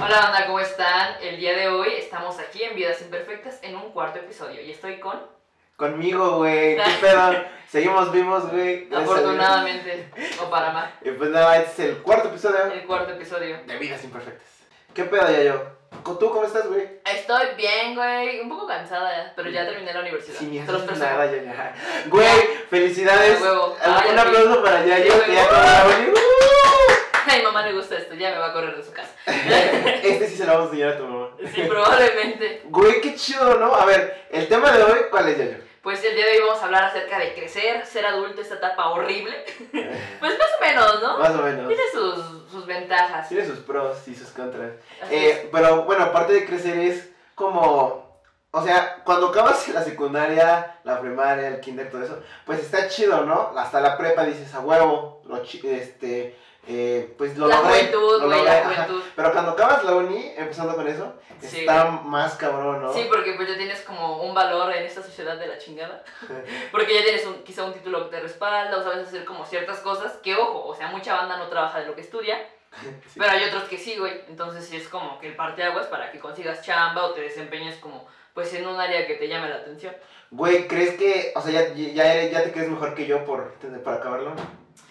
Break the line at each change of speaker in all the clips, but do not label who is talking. Hola banda, ¿cómo están? El día de hoy estamos aquí en Vidas Imperfectas en un cuarto episodio y estoy con...
Conmigo, güey. ¿Qué pedo? Seguimos vivos, güey. gracias a Dios.
Afortunadamente, o para más,
Y pues nada, este es el cuarto episodio
el cuarto episodio.
de Vidas Imperfectas. ¿Qué pedo, ya yo? ¿Tú cómo estás, güey?
Estoy bien, güey, un poco cansada, pero ya terminé la universidad.
Sin
Te los
miedo,
presumo.
nada, ya, ya. Güey, felicidades.
A huevo. Ay,
Un
al fin.
aplauso para ya,
Sí,
yo, que
güey.
ya acabó la uni.
A mi mamá le gusta esto, ya me va a correr de su casa.
Este sí se lo vamos a enseñar a tu mamá.
Sí, probablemente.
Güey, qué chido, ¿no? A ver, el tema de hoy, ¿cuál es, Yayo?
Pues el día de hoy vamos a hablar acerca de crecer, ser adulto, esta etapa horrible. Pues más o menos, ¿no?
Más o menos.
Tiene sus, sus ventajas.
Tiene sus pros y sus contras.
Así es.
Eh, pero bueno, aparte de crecer es como... O sea, cuando acabas la secundaria, la primaria, el kinder, todo eso, pues está chido, ¿no? Hasta la prepa dices, a huevo, lo chi- este, eh, pues lo
la
logré,
juventud,
lo
güey,
logré,
la
ajá.
juventud.
Pero cuando acabas la uni, empezando con eso,
Sí.
está más cabrón, ¿no?
Sí, porque pues ya tienes como un valor en esta sociedad de la chingada. Porque ya tienes un, quizá un título que te respalda o sabes hacer como ciertas cosas que, ojo, o sea, mucha banda no trabaja de lo que estudia,
Sí.
pero hay otros que sí, güey. Entonces sí es como que el parteaguas para que consigas chamba o te desempeñes como, pues, en un área que te llame la atención.
Güey, ¿crees que, o sea, ya, ya, eres- ya te crees mejor que yo por, por acabarlo?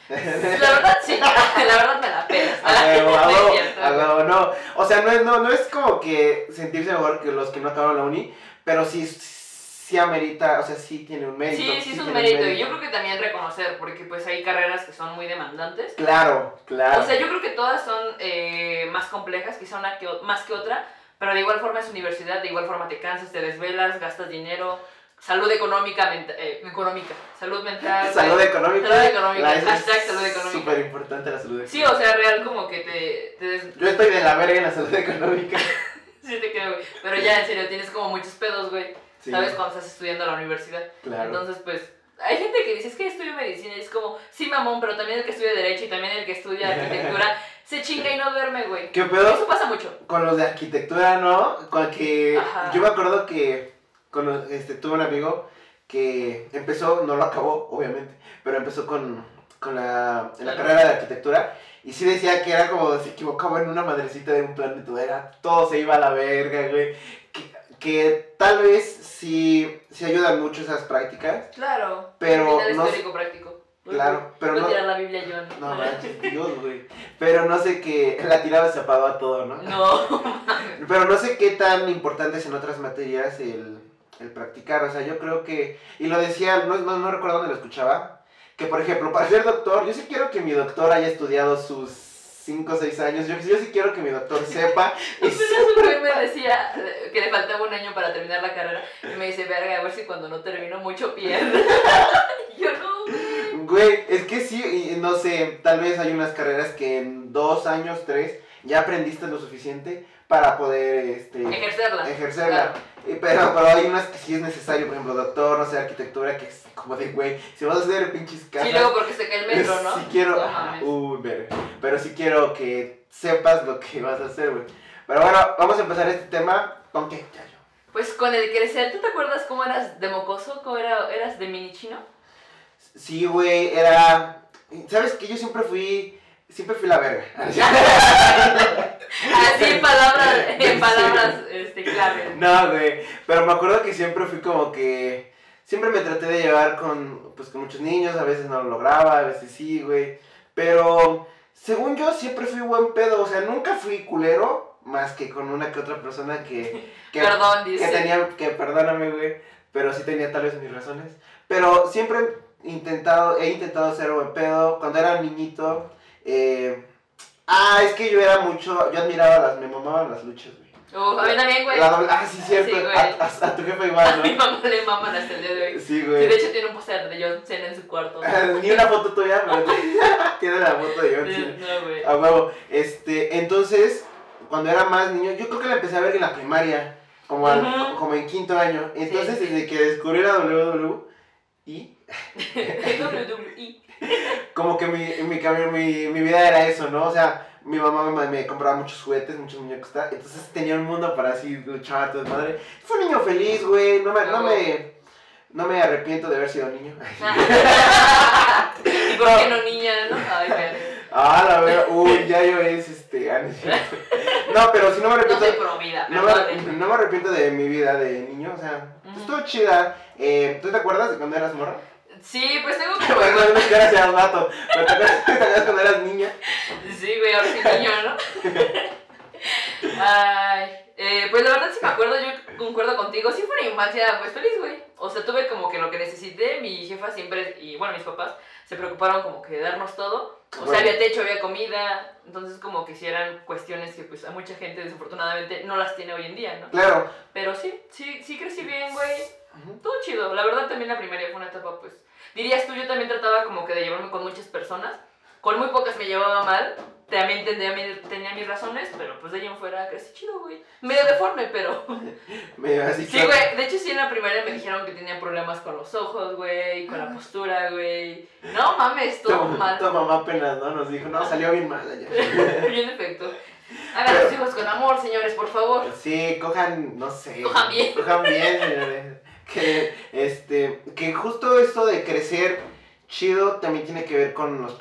La verdad sí, la verdad me la pelas.
A huevo, a
No es
huevo,
cierto,
a
güey.
huevo, no. O sea, no es, no, no es como que sentirse mejor que los que no acabaron la uni, pero sí, sí amerita, o sea, sí tiene un mérito.
Sí, sí es un
tiene
mérito y yo creo que también reconocer, porque pues hay carreras que son muy demandantes.
Claro, claro.
O sea, yo creo que todas son eh, más complejas, quizá una que, o- más que otra, pero de igual forma es universidad, de igual forma te cansas, te desvelas, gastas dinero, salud económica, menta- eh, económica, salud mental.
Salud económica.
Salud económica,
la S es
hashtag salud económica.
Súper importante la salud
Sí,
económica.
o sea, real como que te... te des-
Yo estoy de la verga en la salud económica.
Sí, te creo, güey. Pero ya, en serio, tienes como muchos pedos, güey.
Sí,
¿Sabes? Cuando estás estudiando a la universidad.
Claro.
Entonces, pues... Hay gente que dice, es que estudio medicina, y es como, sí, mamón, pero también el que estudia derecho y también el que estudia arquitectura se chinga y no duerme, güey.
¿Qué pedo?
Eso pasa mucho.
Con los de arquitectura, ¿no? Con que.
Ajá.
Yo me acuerdo que con, los- este, tuve un amigo que empezó, no lo acabó, obviamente, pero empezó con, con la, en la
Claro.
carrera de arquitectura. Y sí decía que era como se equivocaba en una madrecita de un plan de tu era, todo se iba a la verga, güey. Que, que tal vez sí, sí ayudan mucho esas prácticas,
Claro.
pero
Final
no.
histórico práctico.
Claro, pero
no,
no.
tirar la Biblia yo,
No manches, Dios, güey. Pero no sé que la tiraba se apagó a todo, ¿no?
No.
Pero no sé qué tan importante es en otras materias el, el practicar. O sea, yo creo que. Y lo decía, no, no, no recuerdo dónde lo escuchaba. Que por ejemplo, para ser doctor, yo sí quiero que mi doctor haya estudiado sus 5 o 6 años. Yo, yo sí quiero que mi doctor sepa. y
Entonces un güey pues me decía eh, que le faltaba un año para terminar la carrera y me dice, verga, a ver si cuando no termino mucho pierdo. Y yo no. güey.
Güey, es que sí, y no sé, tal vez hay unas carreras que en 2 años, 3, ya aprendiste lo suficiente para poder este,
Ejercerla.
ejercerla. Y Pero, pero hay unas que sí es necesario, por ejemplo, doctor, no sé, arquitectura, que es como de, güey, si vas a hacer pinches casas...
Sí, luego porque se cae el metro, ¿no?
Si quiero. uh.
No mames.
Uy, verga. Pero si quiero que sepas lo que vas a hacer, güey. Pero bueno, vamos a empezar este tema con qué, Chayo?
Pues con el crecer, ¿tú te acuerdas cómo eras de mocoso? ¿Cómo era, eras de mini chino?
Sí, güey, era. ¿Sabes qué? Yo siempre fui. Siempre fui la verga.
Así en palabras, en palabras este, clave.
No, güey. Pero me acuerdo que siempre fui como que. Siempre me traté de llevar con. Pues con muchos niños. A veces no lo lograba, a veces sí, güey. Pero. Según yo, siempre fui buen pedo. O sea, nunca fui culero. Más que con una que otra persona que. que
Perdón,
que
dice.
tenía, que perdóname, güey, pero sí tenía tal vez mis razones. Pero siempre he intentado, he intentado ser buen pedo. Cuando era niñito, eh, ah, es que yo era mucho, yo admiraba las, me mamaban las luchas, güey.
Uf, a mí también, güey.
La doble- ah, sí, cierto,
Sí, güey.
a, a- a tu jefe
A mi
igual,
mamá le maman hasta el día de hoy.
¿no? Sí,
Sí, de
güey.
hecho tiene un póster de John Cena en su cuarto.
Ni una foto tuya, pero tiene la foto de John Cena.
No, güey.
A huevo. Este, entonces, cuando era más niño, yo creo que la empecé a ver en la primaria, como, al-
Ujú.
como en quinto año. Entonces,
Sí, sí.
desde que descubrí la WWE,
WWE.
como que mi, mi, cami- mi, mi vida era eso, ¿no? O sea, mi mamá me, me compraba muchos juguetes, muchos muñecos, tal. entonces tenía un mundo para así luchar, todo madre. Fue un niño feliz, güey, no me, no me... No me arrepiento de haber sido niño.
¿Y por qué no niña, no? Ay, qué.
A Ah, la verdad, uy, ya yo es este. ah, no es cierto. No, pero si no me
No
arrepiento.
soy pro vida,
No
perdónenme.
me, no me arrepiento de mi vida de niño, o sea,
Ujú.
estuvo chida. Eh, ¿Tú te acuerdas de cuando eras morra?
Sí, pues tengo
Te acuerdas
como...
de que ahora seas vato, pero ¿te acuerdas te acuerdas cuando eras niña?
Sí, güey, ahora sí niño, ¿no? Ay, eh, pues la verdad sí me acuerdo, yo concuerdo contigo, sí fue una infancia pues feliz, güey. O sea, tuve como que lo que necesité, mi jefa siempre, y bueno, mis papás, se preocuparon como que de darnos todo. O
Bueno.
sea, había techo, había comida, entonces como que sí eran cuestiones que pues a mucha gente desafortunadamente no las tiene hoy en día, ¿no?
Claro.
Pero sí, sí, sí crecí bien, güey. Todo chido. La verdad también la primaria fue una etapa, pues. Dirías tú, yo también trataba como que de llevarme con muchas personas. Con muy pocas me llevaba mal. También tenía, mi- tenía mis razones, pero pues de ahí en fuera crecí chido, güey. Medio deforme, pero.
Me así
Sí, güey. De hecho, sí, en la primaria me dijeron que tenía problemas con los ojos, güey. Con la postura, güey. No mames, todo mal.
Tu mamá apenas, ¿no? Nos dijo, no, salió bien mal allá.
Bien efecto. Hagan a sus hijos con amor, señores, por favor.
Sí, cojan, no sé.
Cojan bien.
Cojan bien, señores. Que, este, que justo esto de crecer chido también tiene que ver con los,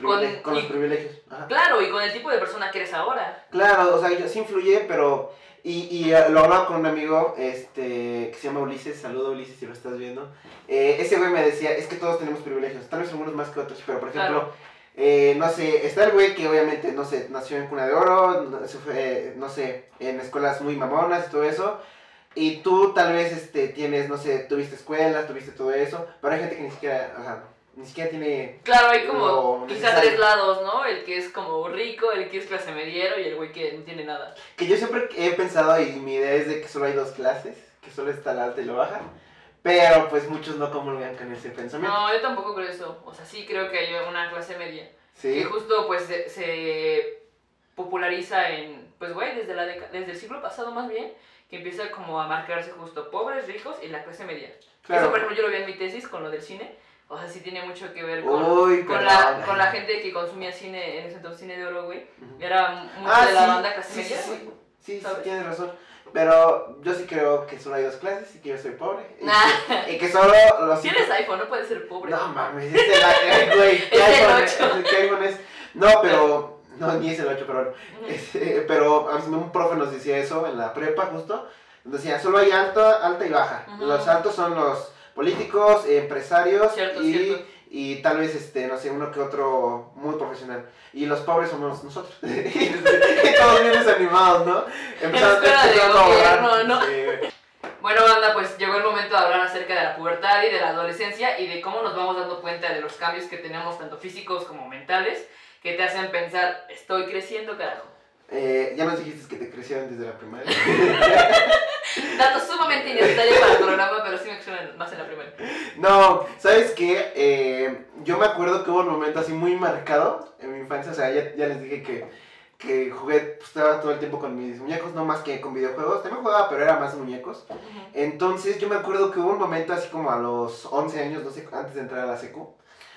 Con-
privile- con los
y-
privilegios. Ajá.
Claro, y con el tipo de persona que eres ahora.
Claro, o sea, yo- sí influye, pero... Y, y eh, lo hablaba con un amigo este, que se llama Ulises, saludo Ulises si lo estás viendo. Eh, ese güey me decía, es que todos tenemos privilegios, tal vez algunos más que otros, pero por ejemplo, eh, no sé, está el güey que obviamente, no sé, nació en cuna de oro, no, se fue, no sé, en escuelas muy mamonas y todo eso. Y tú tal vez este, tienes, no sé, tuviste escuelas, tuviste todo eso, pero hay gente que ni siquiera, o sea, ni siquiera tiene...
Claro, hay como
lo
Quizá
necesario.
tres lados, ¿no? El que es como rico, el que es clase mediero y el güey que no tiene nada.
Que yo siempre he pensado y mi idea es de que solo hay dos clases, que solo está la alta y la baja, pero pues muchos no comulgan con ese pensamiento.
No, yo tampoco creo eso. O sea, sí creo que hay una clase media. Que
Sí,
justo pues se, se populariza en, pues güey, desde, la deca- desde el siglo pasado más bien, que empieza como a marcarse justo pobres, ricos y la clase media. Eso,
claro.
por ejemplo, yo lo vi en mi tesis con lo del cine. O sea, sí tiene mucho que ver con,
Uy,
con, la,
perdón.
con la gente que consumía cine, en ese entonces cine de oro, güey.
Ujú.
Era mucho
Ah,
de la
sí,
banda clase
sí, sí,
media,
sí.
güey.
Sí, sí,
¿sabes?
tienes razón. Pero yo sí creo que solo hay dos clases y que yo soy pobre. Y,
Nah.
que, y que solo los...
Tienes iPhone, no puedes ser pobre.
No mames, es el ay, güey. ¿Qué
Es el
iPhone es?
ocho.
¿Qué iPhone es? No, pero... No, ni es el 8, pero bueno. Este, pero a mí un profe nos decía eso en la prepa justo. Nos decía, solo hay alta, alta y baja.
Ujú.
Los altos son los políticos, eh, empresarios
Cierto,
y,
cierto.
y tal vez, este, no sé, uno que otro muy profesional. Y los pobres somos nosotros. y todos bien desanimados, ¿no?
escuela de
empezando a borrar.
gobierno, ¿no?
Sí.
Bueno, banda, pues llegó el momento de hablar acerca de la pubertad y de la adolescencia y de cómo nos vamos dando cuenta de los cambios que tenemos, tanto físicos como mentales, que te hacen pensar, estoy creciendo, carajo.
Eh, ya nos dijiste que te crecieron desde la primaria.
Datos sumamente innecesarios para el programa, pero sí me suenan más en la primera.
No, ¿sabes qué? Eh, yo me acuerdo que hubo un momento así muy marcado en mi infancia. O sea, ya, ya les dije que, que jugué, pues, estaba todo el tiempo con mis muñecos, no más que con videojuegos. También jugaba, pero era más muñecos. Entonces, yo me acuerdo que hubo un momento así como a los 11 años, no sé, antes de entrar a la secu,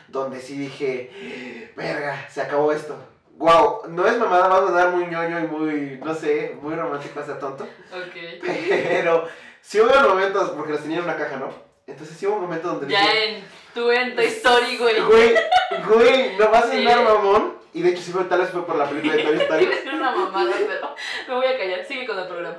donde sí dije, verga, se acabó esto. Wow, no es mamada, va a sonar muy ñoño y muy, no sé, muy romántico hasta tonto.
Ok.
Pero sí hubo momentos, porque los tenía en una caja, ¿no? Entonces sí hubo un momento donde
Ya en tu en Toy Story, güey.
Güey, güey, no vas a
Sí.
sonar mamón. Y de hecho, sí fue, tal vez fue por la película de Toy Story.
Iba a ser una mamada, pero me voy a callar. Sigue con el programa.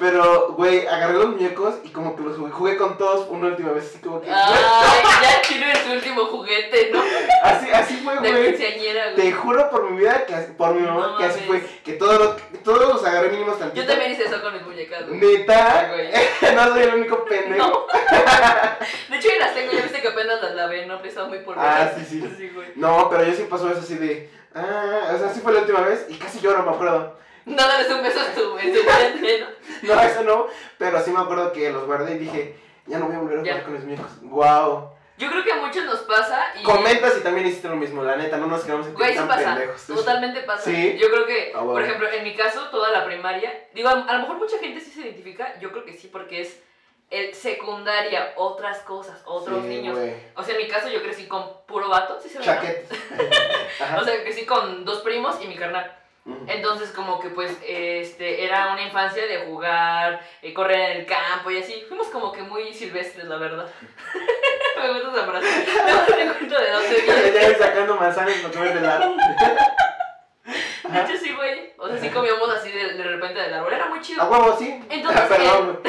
Pero, güey, agarré los muñecos y como que los jugué, jugué con todos una última vez. Así como que,
Ay, ya Chino es su último juguete, ¿no?
así, así fue,
De
güey.
quinceañera, güey.
Te juro por mi vida, que así- por mi mamá,
No
que así fue.
mames.
Que todos los, que todos los agarré mínimos tantito.
Yo también hice eso con mis muñecas, güey.
Neta,
Ay,
no soy el único pendejo.
No. De hecho, yo las tengo, ya viste que apenas las lavé, ¿no? Pero estaban muy polvosas.
Ah, sí, sí.
güey.
No, pero yo sí pasó eso así de. Ah, o sea, sí fue la última vez y casi lloro, me acuerdo.
No dales un beso a tu a tu frente, ¿no?
No, eso no, pero sí me acuerdo que los guardé y dije, ya no voy a volver a
Ya.
jugar con los muñecos. ¡Wow!
Yo creo que a muchos nos pasa y...
Comenta si también hiciste lo mismo, la neta, no nos quedamos en
Güey, sí
tan
pasa,
pendejos.
totalmente pasa.
Sí.
Yo creo que,
Ah, bueno.
por ejemplo, en mi caso, toda la primaria, digo, a, a lo mejor mucha gente sí se identifica, yo creo que sí, porque es el secundaria, otras cosas, otros
Sí,
niños.
güey.
O sea, en mi caso yo crecí con puro vato, ¿sí se ve, no?
Chaquetas. Ajá.
O sea, crecí con dos primos y mi carnal.
Ujú.
Entonces como que pues este era una infancia de jugar, eh, correr en el campo y así. Fuimos como que muy silvestres, la verdad. Me gusta esa frase. No me doy cuenta de dónde
Ya
viene.
ves sacando manzanas para comer helado.
De hecho, sí, güey. O sea, sí comíamos así de, de repente del árbol. Era muy
A
chido.
huevo, sí.
Entonces,
Perdón.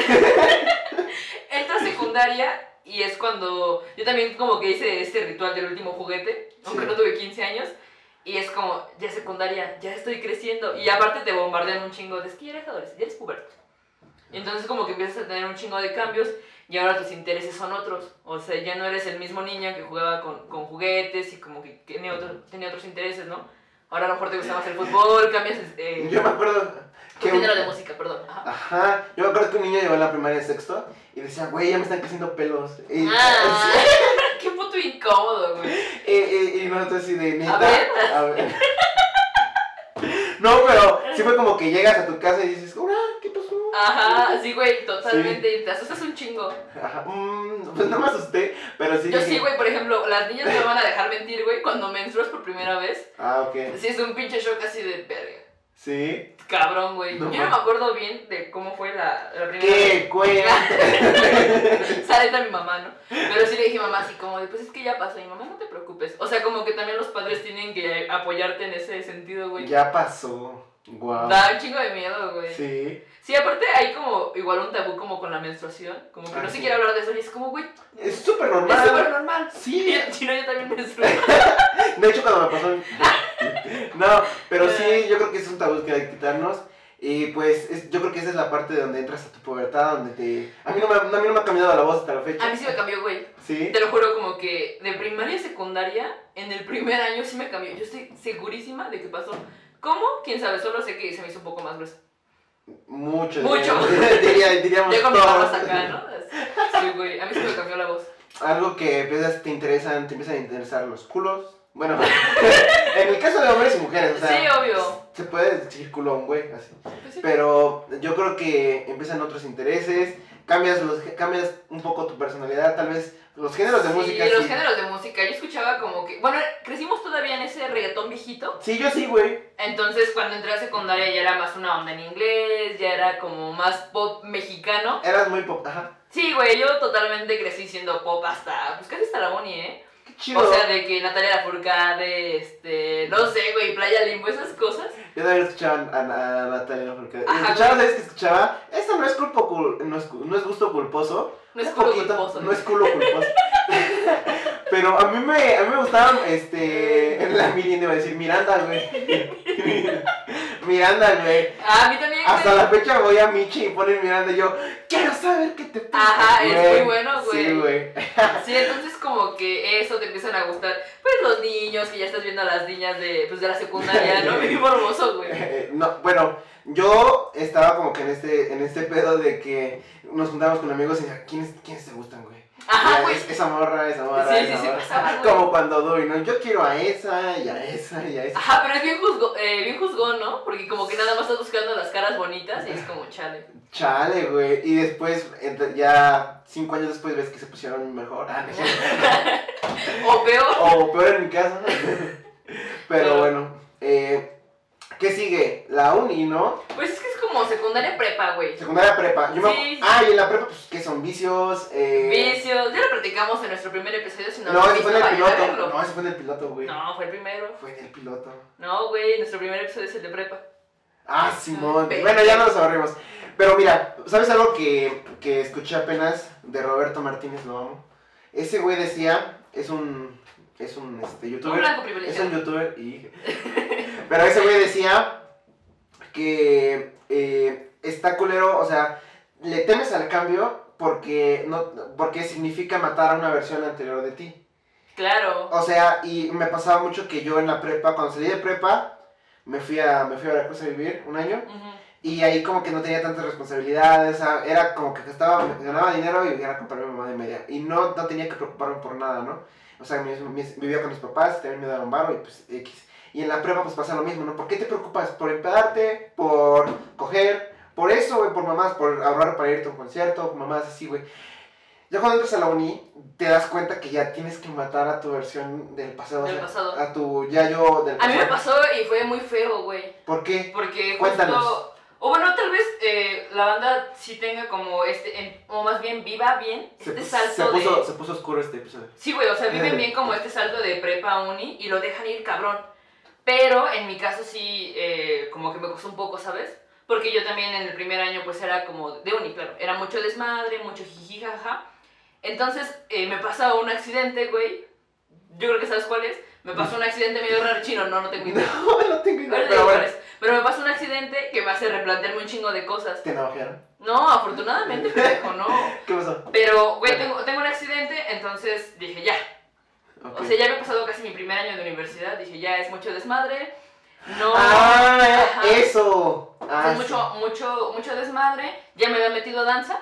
Entra a secundaria y es cuando yo también como que hice este ritual del último juguete, aunque
Sí.
no tuve 15 años. Y es como, ya secundaria, ya estoy creciendo. Y aparte te bombardean un chingo de, es que ya eres adolescente, ya eres puberto. Y entonces como que empiezas a tener un chingo de cambios y ahora tus intereses son otros. O sea, ya no eres el mismo niño que jugaba con, con juguetes y como que tiene, otro- tenía otros intereses, ¿no? Ahora a lo mejor te gusta más el fútbol, cambias eh,
Yo me acuerdo
tu
que. un-
género de música, perdón. Ajá.
Ajá, yo me acuerdo que un niño llegó a la primaria de sexto y decía, güey, ya me están creciendo pelos. Y,
Ah, qué puto incómodo, güey.
y, y- y nosotros así de neta.
A ver.
A ver. No, pero sí fue como que llegas a tu casa y dices, hola, ¿qué pasó?
Ajá, sí, güey, totalmente. Te asustas un chingo.
Ajá, mm, pues no me asusté, pero sí.
Yo
dije,
sí, güey, por ejemplo, las niñas me van a dejar mentir, güey, cuando menstruas por primera vez.
Ah, ok.
Sí, es un pinche shock así de verga.
Sí.
Cabrón, güey.
No,
Yo no me
man.
acuerdo bien de cómo fue la, la primera
¿Qué cuenta?
vez. Sale a mi mamá, ¿no? Pero sí le dije a mamá así como de, pues es que ya pasó. Y mamá, no te preocupes. O sea, como que también los padres tienen que apoyarte en ese sentido, güey.
ya pasó. Guau.
Da un chingo de miedo, güey.
Sí.
Sí, aparte hay como igual un tabú como con la menstruación, como que
Ah,
no se
sí.
quiere hablar de eso y es como, güey,
Es súper
es
normal.
súper normal.
Sí.
Si no, yo también menstruo.
De hecho, cuando me pasó. No, pero
Eh.
sí, yo creo que es un tabú que hay que quitarnos. Y pues es- yo creo que esa es la parte donde entras a tu pubertad, donde te... A mí no me, a mí no me ha cambiado la voz hasta la fecha.
A mí sí me cambió, güey.
Sí.
Te lo juro, como que de primaria a secundaria, en el primer año sí me cambió. Yo estoy segurísima de que pasó. ¿Cómo? Quién sabe, solo sé que se me hizo un poco más gruesa.
Mucho.
Mucho.
diría- diría- diríamos
Ya con mi
todos.
barba hasta acá, ¿no? Sí, güey. A mí sí me cambió la voz.
Algo que empiezas, te interesan, te empiezan a interesar los culos. Bueno, en el caso de hombres y mujeres, o sea,
Sí, obvio.
se puede decir culo a un güey, así.
Pues sí.
Pero yo creo que empiezan otros intereses, cambias, los, cambias un poco tu personalidad, tal vez los géneros de
Sí,
música.
los
sí.
géneros de música. Yo escuchaba como que. Bueno, crecimos todavía en ese reggaetón viejito.
Sí, yo sí, güey.
Entonces, cuando entré a secundaria ya era más una onda en inglés, ya era como más pop mexicano.
Eras muy pop. Ajá.
Sí, güey, yo totalmente crecí siendo pop hasta, pues casi hasta la uni, ¿eh?
Qué chido.
O sea, de que Natalia Lafourcade, este, no sé, güey, Playa Limbo, esas cosas.
Yo también escuchaba a, a, a Natalia Lafourcade.
Ajá,
Escuchaba, ¿sabes qué escuchaba? Esta no es culpo cul- no es, cu- no es gusto culposo.
No es
un
puro
poquito-
culposo.
No es culo culposo. Pero a mí me, a mí me gustaban, este, en la Miriam iba a decir Miranda, güey. Miranda, güey.
Ah, a mí también, güey.
Hasta la fecha voy a Michi y ponen mirando y yo, quiero saber qué te pasa.
Ajá, es
güey".
muy bueno, güey.
Sí, güey.
Sí, entonces como que eso te empiezan a gustar. Pues los niños, que ya estás viendo a las niñas de, pues, de la secundaria, ¿no? Viví hermoso, güey.
Eh, no, bueno, yo estaba como que en este, en este pedo de que nos juntábamos con amigos y decía, ¿quiénes, quiénes te gustan, güey?
Ajá,
Ya,
güey.
es- esa morra, esa morra,
Sí,
esa
sí, sí,
morra.
pasaba, güey.
Como cuando doy, ¿no? Yo quiero a esa y a esa y a esa.
Ajá, pero es bien, juzgo, eh, bien juzgón, ¿no? Porque como que nada más estás buscando las caras bonitas y es como chale.
Chale, güey. Y después, ent- ya cinco años después, ves que se pusieron mejor. Ah, no sé.
O peor.
O peor en mi casa. Pero
Claro.
bueno, eh, ¿qué sigue? La uni, ¿no?
Pues es que es como secundaria prepa, güey.
Secundaria prepa. Yo me-
Sí, sí.
Ah, y en la prepa, pues, ¿qué son? Vicios. Eh...
Vicios. Ya lo platicamos en nuestro primer episodio, si no,
No,
lo han
ese fue en
visto,
el
vayan a
piloto.
verlo.
No, ese fue en el piloto, güey.
No, fue el primero.
Fue en el piloto.
No, güey, nuestro primer episodio es el de prepa.
Ah, Simón.
Ve.
Bueno, ya no nos ahorremos. Pero mira, ¿sabes algo que, que escuché apenas de Roberto Martínez? Lo amo. Ese güey decía, es un, es un este,
Un
youtuber.
blanco
Es un
privilegiado.
youtuber y... Pero ese güey decía que eh, está culero, o sea, le temes al cambio porque no porque significa matar a una versión anterior de ti.
Claro.
O sea, y me pasaba mucho que yo en la prepa, cuando salí de prepa, me fui a, me fui a Veracruz a vivir un año
Ujú.
y ahí como que no tenía tantas responsabilidades, o sea, era como que gastaba, ganaba dinero y era comprarme mamá de media. Y no, no tenía que preocuparme por nada, ¿no? O sea, mis- mis- vivía con mis papás, también me daban varo y pues X. Y en la prepa pues pasa lo mismo, ¿no? ¿Por qué te preocupas? ¿Por empedarte? ¿Por coger? Por eso, güey, por mamás, por ahorrar para irte a un concierto, mamás así, güey. Ya cuando entras a la uni, te das cuenta que ya tienes que matar a tu versión del pasado. o
Del
sea,
pasado.
A tu ya yo del
A mí me
pasado.
pasó y fue muy feo, güey.
¿Por qué?
Porque
Cuéntanos.
justo... O bueno, tal vez eh, la banda sí tenga como este, en- o más bien viva bien
Se,
este
pus-
salto
se puso,
de...
se puso oscuro este episodio.
Sí, güey, o sea, viven bien como este salto de prepa a uni y lo dejan ir cabrón. Pero en mi caso sí, eh, como que me costó un poco, ¿sabes? Porque yo también en el primer año pues era como de uni, claro. Era mucho desmadre, mucho jijijaja. Entonces eh, me pasa un accidente, güey. Yo creo que sabes cuál es. Me pasó un accidente medio raro chino, no, no tengo idea.
No, no tengo idea.
Ahorita
Pero
digo cuál
bueno,
es. Pero me pasó un accidente que me hace replantearme un chingo de cosas.
te navajearon.
No, afortunadamente, pendejo, no.
¿Qué pasó?
Pero, güey, tengo, tengo un accidente, entonces dije ya.
Ok.
O sea, ya me ha pasado casi mi primer año de universidad. Dije ya es mucho desmadre. No.
¡Ah!
Ajá.
¡Eso! Ah,
Es
sí.
mucho, mucho, mucho desmadre. Ya me había metido a danza.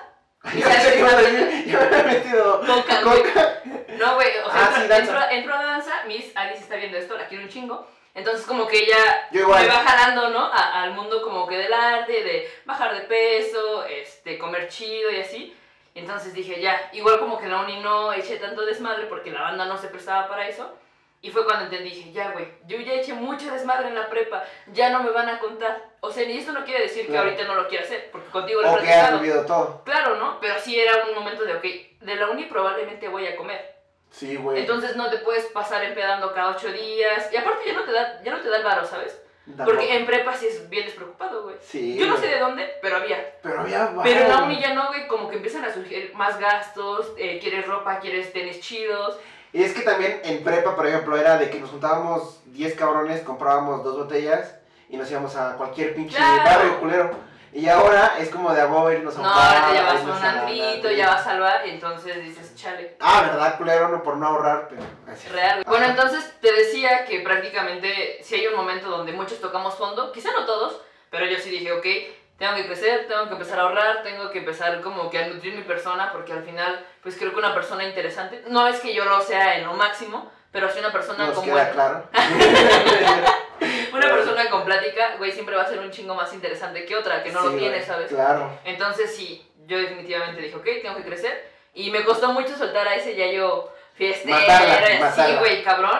Yo pensé que iba a decir, yo me había metido
Coca, güey.
coca.
No, güey. O sea,
Ah,
entro,
sí, danza.
entro- entro a danza. Miss Alice está viendo esto, la quiero un chingo. Entonces, como que ella
Yo igual.
me va jalando, ¿no? A- al mundo como que del arte, de bajar de peso, este, comer chido y así. Entonces dije, ya, igual como que en la uni no eché tanto desmadre porque la banda no se prestaba para eso. Y fue cuando entendí, dije, ya, güey, yo ya eché mucho desmadre en la prepa, ya no me van a contar. O sea, y esto no quiere decir
Claro.
que ahorita no lo quiera hacer, porque contigo lo he
O que has
practicado.
vivido todo.
Claro, ¿no? Pero sí era un momento de, ok, de la uni probablemente voy a comer.
Sí, güey.
Entonces no te puedes pasar empedando cada ocho días. Y aparte ya no te da, ya no te da el varo, ¿sabes?
Tampoco.
Porque en prepa sí es bien despreocupado, güey.
Sí.
Yo no sé
güey.
de dónde, pero había.
Pero había
Pero en la
varo.
uni ya no, güey, como que empiezan a surgir más gastos, eh, quieres ropa, quieres tenis chidos.
Y es que también en prepa, por ejemplo, era de que nos juntábamos 10 cabrones, comprábamos dos botellas y nos íbamos a cualquier pinche
Claro.
barrio culero. Y ahora es como de a huevo irnos a
No,
un bar,
ahora te ya vas a
irnos
un
la-
andrito, ya vas a salvar, y entonces dices, chale.
Ah, ¿verdad, culero? No, por no ahorrar, pero... así.
Real. güey.
Ajá.
Bueno, entonces te decía que prácticamente si hay un momento donde muchos tocamos fondo, quizá no todos, pero yo sí dije, ok, tengo que crecer, tengo que empezar a ahorrar, tengo que empezar como que a nutrir mi persona, porque al final, pues creo que una persona interesante, no es que yo lo sea en lo máximo, pero si una persona
Ah, Nos
con
queda
buena-
claro.
una persona con plática, güey, siempre va a ser un chingo más interesante que otra, que no
Sí,
lo tiene,
güey,
¿sabes?
Claro.
Entonces sí, yo definitivamente dije, ok, tengo que crecer. Y me costó mucho soltar a ese yayo fiestero,
Matarla,
así,
matarla.
güey, cabrón.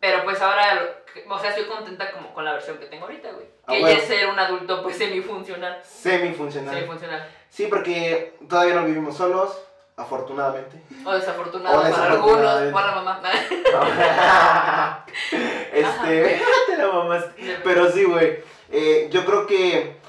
Pero pues ahora, lo- o sea, estoy contenta como con la versión que tengo ahorita, güey.
Ah,
Que ya
bueno.
es ser un adulto, pues, semifuncional.
Semifuncional.
Semifuncional.
Sí, porque todavía no vivimos solos, afortunadamente.
O desafortunado,
O
para
desafortunadamente.
algunos, para la mamá.
este, te la mamaste. Pero sí, güey. eh, yo creo que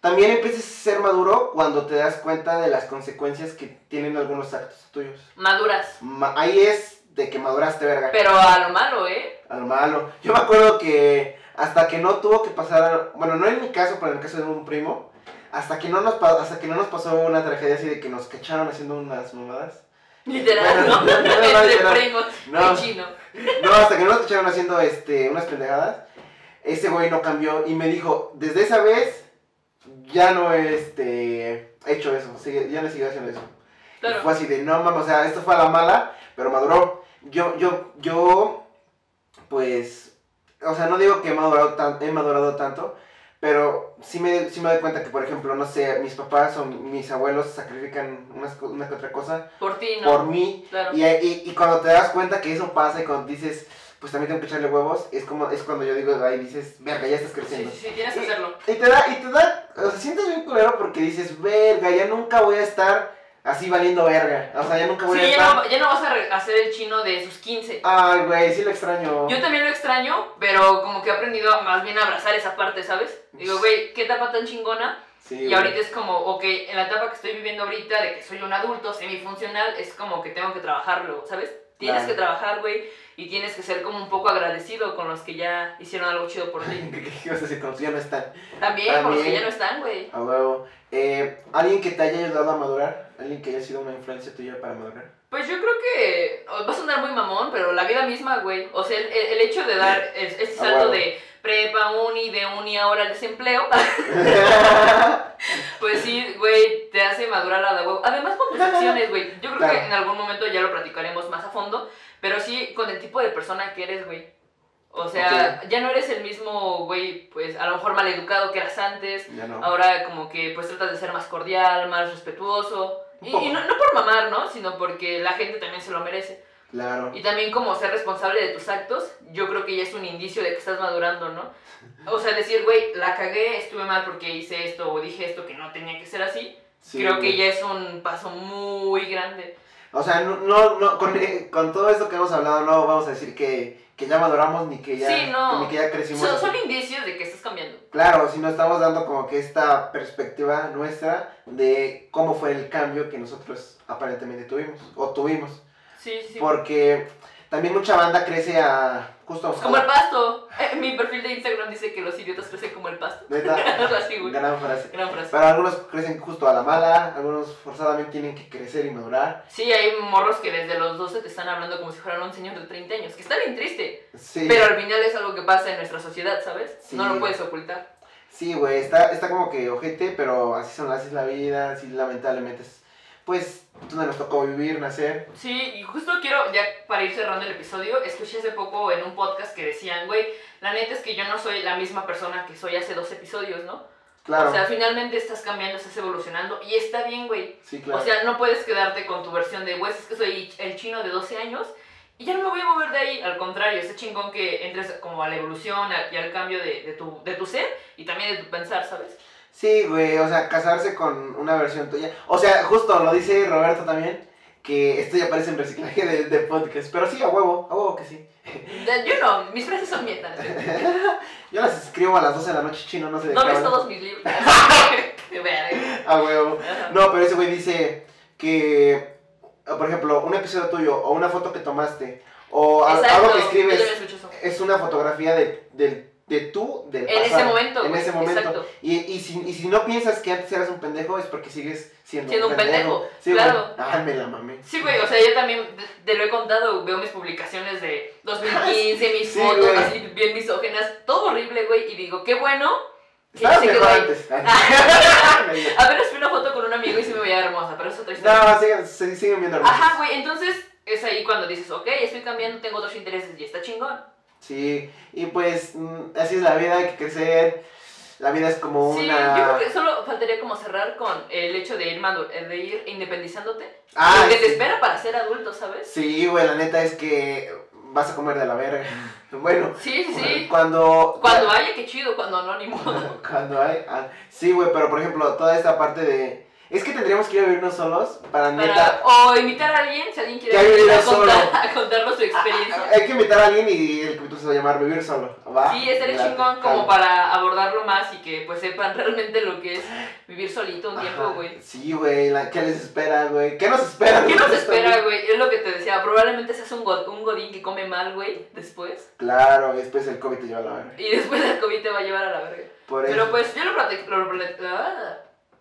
también empiezas a ser maduro cuando te das cuenta de las consecuencias que tienen algunos actos tuyos.
Maduras.
Ma- ahí es de que maduraste, verga.
Pero a lo malo, ¿eh?
A lo malo. Yo me acuerdo que hasta que no tuvo que pasar, bueno, no en mi caso, pero en el caso de un primo, hasta que no nos, pa- hasta que no nos pasó una tragedia así de que nos cacharon haciendo unas mamadas.
Literal,
Bueno,
¿no?
no, no, no,
Entre
literal.
primos,
No.
de chino.
No, hasta que no nos cacharon haciendo este, unas pendejadas, ese güey no cambió y me dijo, desde esa vez ya no este, he hecho eso, sigue- ya no he seguido haciendo eso. Y
Claro.
Fue así de, no mames, o sea, esto fue a la mala, pero maduró. Yo, yo, yo, pues, o sea, no digo que he madurado, tan- he madurado tanto, pero sí me, sí me doy cuenta que, por ejemplo, no sé, mis papás o mis abuelos sacrifican unas co- una que otra cosa
Por ti, ¿no?
por mí.
Claro.
Y, y, y cuando te das cuenta que eso pasa y cuando dices, pues también tengo que echarle huevos, es como, es cuando yo digo, ahí dices, verga, ya estás
Sí,
creciendo.
sí, sí, tienes que hacerlo.
Y te da, y te da, o sea, sientes bien culero porque dices, verga, ya nunca voy a estar así valiendo verga. O sea, ya nunca voy a
Sí,
estar.
ya no, ya no vas a re- hacer el chino de sus 15.
Ay, güey, sí lo extraño.
Yo también lo extraño, pero como que he aprendido a más bien a abrazar esa parte, ¿sabes? Digo, güey, qué etapa tan chingona.
Sí,
Y
güey.
ahorita es como, ok, en la etapa que estoy viviendo ahorita, de que soy un adulto semifuncional, es como que tengo que trabajarlo, ¿sabes? Tienes
Claro.
que trabajar, güey, y tienes que ser como un poco agradecido con los que ya hicieron algo chido por ti.
¿Qué ibas a decir? Con los que ya no están.
También con los que
También.
ya no están, güey.
A huevo. Eh, ¿Alguien que te haya ayudado a madurar? ¿Alguien que haya sido una influencia tuya para madurar?
Pues yo creo que o- va a sonar muy mamón, pero la vida misma, güey. O sea, el, el- el hecho de dar es- este
Ah,
salto
bueno.
de prepa, uni, de uni ahora al desempleo, Pues sí, güey, te hace madurar la de huevo. Además con tus acciones, güey. Yo creo
Claro.
que en algún momento ya lo platicaremos más a fondo, pero sí con el tipo de persona que eres, güey. O sea, ya no eres el mismo, güey, pues a lo mejor maleducado que eras antes.
ya no.
Ahora como que pues tratas de ser más cordial, más respetuoso.
Un
Y,
poco.
y no, no por mamar, ¿no? Sino porque la gente también se lo merece.
Claro.
Y también como ser responsable de tus actos, yo creo que ya es un indicio de que estás madurando, ¿no? O sea, decir, güey, la cagué, estuve mal porque hice esto o dije esto que no tenía que ser así.
Sí,
Creo que
güey.
ya es un paso muy grande.
O sea, no, no, no, con, eh, con todo esto que hemos hablado, no vamos a decir que, que ya maduramos ni que ya,
Sí, no.
ni que ya crecimos.
Son, son indicios de que estás cambiando.
Claro, si nos estamos dando como que esta perspectiva nuestra de cómo fue el cambio que nosotros aparentemente tuvimos o tuvimos.
Sí, sí.
Porque también mucha banda crece a justo
Como el pasto. Eh, mi perfil de Instagram dice que los idiotas crecen como el pasto.
Neta,
Algo así, güey.
gran frase.
Gran frase.
Pero algunos crecen justo a la mala, algunos forzadamente tienen que crecer y madurar.
Sí, hay morros que desde los 12 te están hablando como si fueran un señor de 30 años, que está bien triste,
Sí,
pero al final es algo que pasa en nuestra sociedad, ¿sabes?
Sí.
No lo puedes ocultar.
sí, güey, está, está como que ojete, pero así son, así es la vida, así lamentablemente es, pues, donde nos tocó vivir, nacer.
Sí, y justo quiero, ya para ir cerrando el episodio, escuché hace poco en un podcast que decían, güey, la neta es que yo no soy la misma persona que soy hace dos episodios, ¿no?
Claro,
O sea, finalmente estás cambiando, estás evolucionando y está bien, güey.
sí, claro.
O sea, no puedes quedarte con tu versión de, güey, es que soy el chino de 12 años y ya no me voy a mover de ahí. Al contrario, está chingón que entres como a la evolución a- y al cambio de, de tu, de tu ser y también de tu pensar, ¿sabes?
Sí, güey, o sea, casarse con una versión tuya. O sea, justo lo dice Roberto también, que esto ya parece un reciclaje de, de podcast. Pero sí, a huevo, a huevo que sí.
De- Yo no, mis frases son mietas.
Yo las escribo a las 12 de la noche, chino, no sé de
No
qué
ves
hablan.
todos mis libros. De verga.
A huevo.
Ajá.
No, pero ese güey dice que, o por ejemplo, un episodio tuyo o una foto que tomaste o a-
Exacto,
algo que
yo también
escribes
escucho eso.
es una fotografía de, del- de tú del
En ese
pasado,
momento,
En
güey,
ese momento.
exacto.
Y, y, si, y si no piensas que antes eras un pendejo es porque sigues siendo,
Siendo un pendejo,
Sí, güey.
claro.
Ah, me la mamé.
Sí, güey, o sea, yo también te- te lo he contado, veo mis publicaciones de 2015, mis
Sí,
fotos,
güey.
así bien misógenas, todo horrible, güey, y digo, qué bueno que
Estabas
se quedó
mejor
ahí.
antes.
A ver, fui una foto con un amigo y se me veía hermosa, pero es otra historia.
no, siguen, se- siguen viendo hermosos.
Ajá, güey, entonces es ahí cuando dices, ok, estoy cambiando, tengo otros intereses y está chingón.
Sí, y pues mm, así es la vida, hay que crecer. La vida es como
Sí,
una...
yo creo que solo faltaría como cerrar con el hecho de ir, madu- de ir independizándote.
Ah,
lo que te
sí.
espera para ser adulto, ¿sabes?
Sí, güey, la neta es que vas a comer de la verga. Bueno,
Sí, sí, sí.
cuando...
Cuando haya, qué chido, cuando no, ni modo.
Cuando hay... ah, sí, güey, pero por ejemplo, toda esta parte de... Es que tendríamos que ir a vivirnos solos para
Para-
neta...
o invitar a alguien, si alguien quiere
Que alguien
venir a,
viva
contar,
solo. Ah,
a contarnos su experiencia.
Hay que invitar a alguien y el capítulo se va a llamar Vivir Solo, ¿va?
Sí, estaría
ah, La-
chingón como
tal.
para abordarlo más y que pues sepan realmente lo que es vivir solito un tiempo,
Ajá.
güey.
Sí, güey, la- ¿qué les espera, güey? ¿Qué nos espera?
¿Qué nos
Nosotros
espera,
también.
güey? Es lo que te decía. Probablemente seas un, god- un godín que come mal, güey, después.
Claro, después el COVID te lleva a la verga.
Y después el COVID te va a llevar a la verga.
Por eso,
Pero pues yo lo protejo. Lo, prote- ah.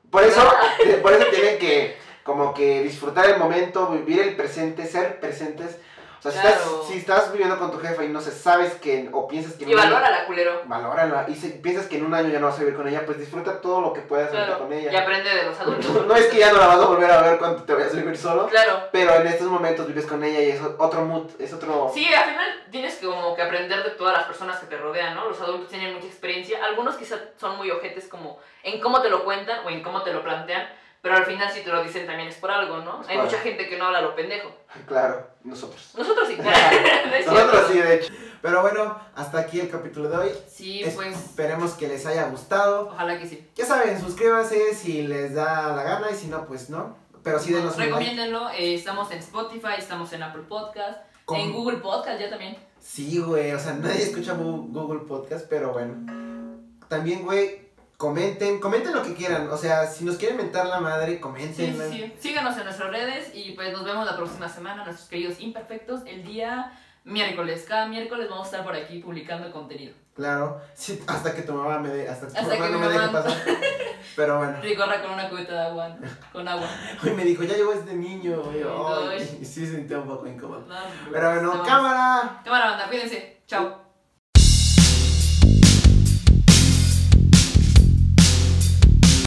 por eso, eh, por eso tienen que como que disfrutar el momento, vivir el presente, ser presentes. O sea, si,
Claro.
estás, si estás viviendo con tu jefa y no sé, sabes que o piensas que en
y
un año-
valora la culero.
valórala, y si piensas que en un año ya no vas a vivir con ella, pues disfruta todo lo que puedas ahorita
Claro. pues,
con
Y
ella.
aprende de los adultos.
No es que ya no la vas a volver a ver cuando te vayas a vivir solo,
Claro.
pero en estos momentos vives con ella y es otro mood, es otro
Sí, al final tienes que como que aprender de todas las personas que te rodean, ¿no? Los adultos tienen mucha experiencia. Algunos quizás son muy ojetes como en cómo te lo cuentan o en cómo te lo plantean. Pero al final si te lo dicen también es por algo, ¿no? Hay
Claro.
mucha gente que no habla lo pendejo.
claro, nosotros.
Nosotros sí. No es cierto.
Nosotros sí, de hecho. Pero bueno, hasta aquí el capítulo de hoy.
Sí, pues
Esperemos que les haya gustado.
ojalá que sí.
Ya saben, suscríbanse si les da la gana y si no, pues no. Pero sí denos un like.
Recomiéndenlo, eh, estamos en Spotify, estamos en Apple Podcast,
Com-
en Google Podcast ya también.
Sí, güey, o sea, nadie escucha Bu- Google Podcast, pero bueno. También, güey, comenten, comenten lo que quieran. O sea, si nos quieren mentar la madre,
Sí,
comenten.
sí, sí. Síganos en nuestras redes y pues nos vemos la próxima semana, nuestros queridos imperfectos, el día miércoles. Cada miércoles vamos a estar por aquí publicando contenido.
Claro, sí, hasta que tu mamá me dé, hasta,
Hasta
tu mamá
que
no
mi
me deje
mamá-
pasar. Pero bueno,
Ricorra con una cubeta de agua, ¿no? con agua.
hoy me dijo, ya llegó este niño, güey.
Ay.
Ay, y sí, sentí un poco incómodo.
No,
Pero bueno,
no.
cámara.
Cámara, banda, cuídense. Chao.